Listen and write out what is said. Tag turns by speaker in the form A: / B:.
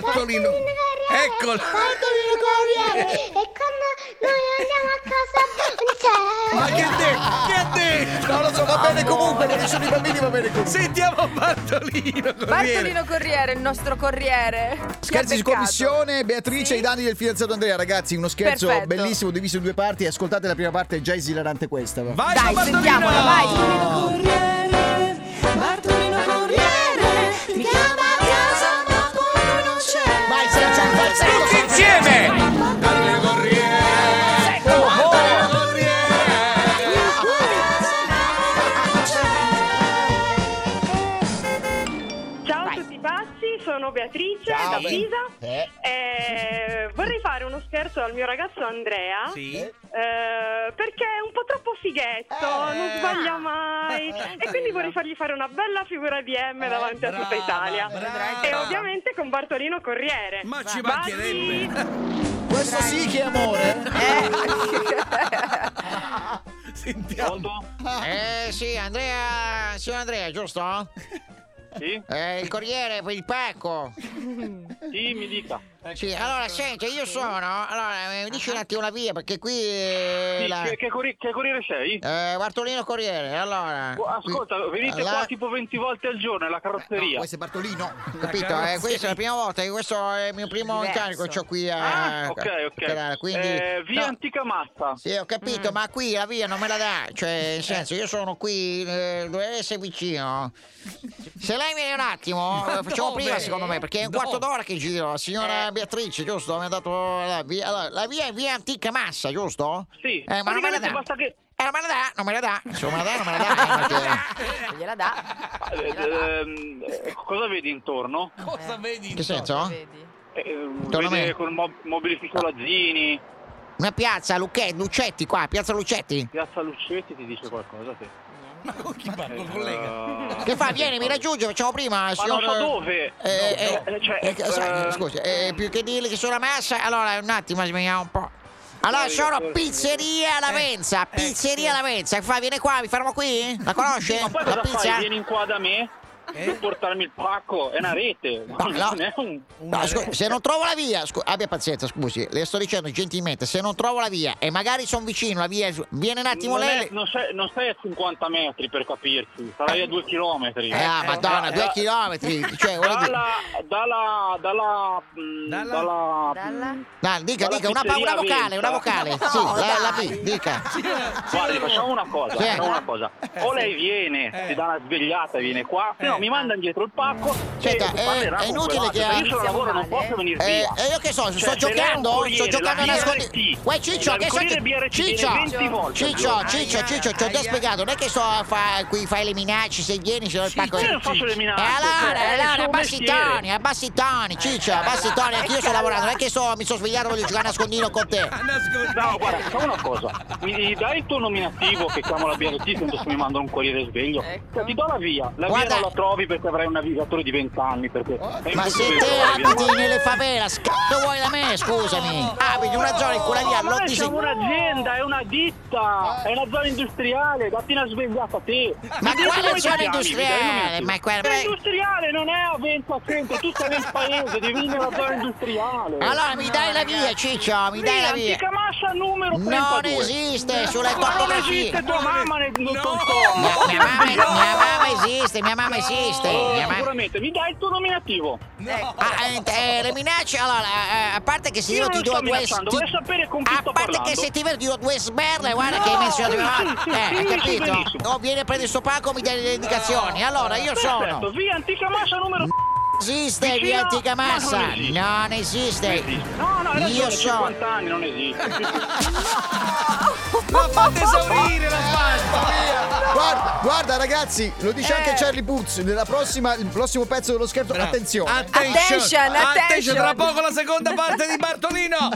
A: Bartolino.
B: Eccola.
A: Eccola.
B: Bartolino Corriere. E quando noi andiamo a
A: Ma
B: casa,
A: che ha detto? Che ha detto?
C: Non lo so, va bene comunque, perché sono i bambini, va bene così.
A: Sentiamo Bartolino. Corriere.
D: Bartolino Corriere, il nostro corriere. Ci ha
C: Scherzi di
D: beccato.
C: commissione, Beatrice
D: Sì.
C: e i danni del fidanzato Andrea, ragazzi, uno scherzo
D: Perfetto.
C: bellissimo diviso in due parti, ascoltate la prima parte, è già esilarante questa. va.
A: Vai
D: Dai,
A: con Bartolino.
D: sentiamola, vai.
E: Corriere, Bartolino Corriere, mi chiama a casa ma poi non c'è.
C: Vai senza il falsetto,
A: Tutti
C: senza-
A: insieme.
F: Ciao a tutti pazzi, sono Beatrice da Pisa. Eh, vorrei fare uno scherzo al mio ragazzo Andrea.
A: Sì.
F: eh, perché è un po' troppo fighetto,
A: Eh.
F: non sbaglia mai.
A: Ah.
F: E quindi vorrei fargli fare una bella figura di M davanti a tutta Italia.
A: Eh, brava.
F: E ovviamente con Bartolino Corriere.
A: Ma ci
F: Baci!
A: mancherebbe.
C: Questo sì che è
D: Eh,
C: amore.
A: Sentiamo.
G: Eh sì, Andrea, signor Andrea, giusto?
H: Sì?
G: Eh, il corriere, poi il pacco.
H: Sì, mi dica.
G: Sì, allora senti, io sono. Allora, eh, dici un attimo la via, perché qui. eh,
H: Sì,
G: la-
H: che, che corri- che corriere sei?
G: eh, Bartolino Corriere, allora.
H: Oh, Ascolta,
G: qui-
H: venite
G: la-
H: qua tipo 20 volte al giorno, è la carrozzeria.
C: Questo è Bartolino.
G: Capito? Eh, questa è la prima volta che questo è il mio primo
D: Diverso.
G: incarico che ho qui eh. a.
H: Ah, ok, ok.
G: per- quindi,
H: Eh, via
G: no.
H: Antica Massa.
G: Sì, ho capito,
H: Mm.
G: ma qui la via non me la dà, cioè,
H: Eh.
G: nel senso, io sono qui, eh, dovrei essere vicino. Se lei viene un attimo, eh, facciamo
A: dove?
G: prima secondo me, perché è un
A: Dove?
G: quarto d'ora che giro,
H: Eh.
G: signora Beatrice, giusto? Mi ha dato la via, allora, la via è via antica massa, giusto?
H: Sì.
G: Eh, ma non me la
H: Praticamente
G: dà.
H: basta che...
G: Eh, non me la dà, non me la dà, se non me la dà, non me la dà. eh, perché-
D: Gliela dà.
H: eh, ehm, eh, cosa vedi intorno?
A: Cosa vedi?
G: Eh, Che senso?
D: Vedi?
H: Eh,
G: a me.
H: vede con mo- mobili fissolazzini,
G: Una piazza, Lucche- Lucetti qua, piazza Lucetti.
H: piazza Lucchetti ti dice qualcosa? Sì.
A: Ma con chi parlo,
H: Eh,
A: Ecco, collega?
H: eh,
G: Che fa? Vieni, mi raggiunge, facciamo prima,
H: Ma non
G: signor...
H: so dove.
G: Eh,
H: No,
G: eh,
H: eh, cioè,
G: eh, che- sa-
H: eh,
G: scusa, eh, più che dirle che sono a massa, allora un attimo, svegliamo un po'. Allora,
H: Eh,
G: sono
H: eh,
G: pizzeria Lavenza, pizzeria Lavenza. Che fa? Viene qua, mi fermo qui? La conosce?
H: Ma poi
G: La
H: cosa
G: eh, pizza?
H: fai? Vieni in qua da me Eh?
A: Eh?
H: per portarmi il pacco, è una rete.
G: Ma no.
H: Non è un...
G: No, scusi, se non trovo la via, scu- abbia pazienza, scusi, le sto dicendo gentilmente, se non trovo la via e magari sono vicino, la via è giù- viene un attimo
H: non, è-
G: lei.
H: non sei, non sei a 50 metri per capirci, sarai a 2 chilometri.
G: Eh, ah, madonna,
H: eh,
G: due
H: eh,
G: chilometri. Cioè, voglio dire.
H: Dalla, dalla, dalla, mh,
A: Dalla-
H: dalla-
D: Dalla?
G: Dai, dica,
H: dalla
G: dica, una, pa- una
H: pizzeria
G: vocale, una
H: Lavenza.
G: vocale. sì, la, la B, dica.
H: Guardi, facciamo una cosa,
G: Sì.
H: facciamo una cosa. O lei viene, si dà una svegliata e viene qua, se no mi manda indietro il pacco.
G: Aspetta,
H: e
G: eh,
H: parlerà
G: è
H: con
G: inutile
H: quell'altro,
G: che-
H: perché Io sono al lavoro, non
D: Siamo male,
H: posso venire
G: Eh,
H: via.
G: e io che so, sto
H: Cioè, se lei è un
G: giocando, sto
H: corriere,
G: giocando a
H: la
G: nascondi.
H: BRT.
G: Uè Ciccio,
H: Dal
G: che sto
H: corriere BRT
G: Ciccio,
H: viene 20 volte
G: Ciccio,
H: al giorno.
G: Ciccio, Ciccio, ti ho già
A: Aia.
G: spiegato, non è che so fa, qui fai le minacce, se vieni, se no il pacco.
H: Io non faccio le
G: E
H: minacce. cioè,
G: ecco, Eh, allora,
H: certo, è il
G: allora,
H: suo
G: abbassi i
H: mestiere.
G: toni, abbassi i toni, Ciccio, abbassi i toni, anche io sto lavorando, non è che so, mi sono svegliato, voglio giocare a nascondino con te.
A: Ah, nascondi.
H: No, guarda, facciamo una cosa. Mi dai il tuo nominativo che chiamo la BRT, tanto se mi mandano un corriere sveglio.
D: Ecco.
H: Cioè, ti do la via. La
G: Guarda-
H: via non la trovi perché avrai un navigatore di 20 anni. Perché è
G: Ma se
H: impossibile
G: te
H: trovare la
G: abiti nelle favelas, cazzo vuoi da me, scusami? Abiti una zona in cui la via
H: Ma
G: l'ho
H: noi siamo
G: disegnata.
H: un'azienda, è una ditta, è una zona industriale, datti una svegliata a te.
G: Eh. Ma
H: Mi dici
G: quale
H: come ti
G: zona
H: chiami?
G: industriale?
H: Mi dai un attimo.
G: Ma quella-
H: Zona industriale non è a Venza Centro, tu sei nel paese, devi venire nella zona industriale.
G: Allora mi dai la via, Ciccio, mi dai la via.
H: Antica massa numero 32.
G: Non esiste sulle
H: Ma non
G: topografie.
H: esiste tua mamma nel nel
A: No.
H: contorno.
G: Mia, mia mamma, mia mamma esiste, mia mamma esiste. Mia
H: Oh,
G: mamma-
H: Sicuramente, mi dai il tuo nominativo.
G: Ah, eh, eh, le minacce, allora, eh, a parte che se io,
H: Io
G: ti
H: non
G: do
H: sto
G: due...
H: minacciando,
G: ti-
H: voglio sapere con chi
G: a
H: sto
G: parte che
H: parlando.
G: se ti vedo ti do due sberle, guarda che hai menzionato...
H: sì, sì,
G: eh, hai
H: sì, sì,
G: capito?
H: benissimo.
G: No, vieni a prendere sto pacco, mi dai le indicazioni. Allora, io
H: Perfetto,
G: sono...
H: via antica massa numero
G: Esiste
H: Vicino,
G: via antica
H: ma non
G: massa?
H: esiste.
G: Non esiste.
H: No, no, hai ragione,
G: Io sono...
H: 50 anni non esiste.
A: Ma fate esaurire la pasta.
C: Guarda, guarda, ragazzi, lo dice anche
D: Eh.
C: Charlie Putz. Nella prossima, il prossimo pezzo dello scherzo, attenzione.
A: Attention.
D: Attention, attention.
A: Attention, tra poco la seconda parte di Bartolino.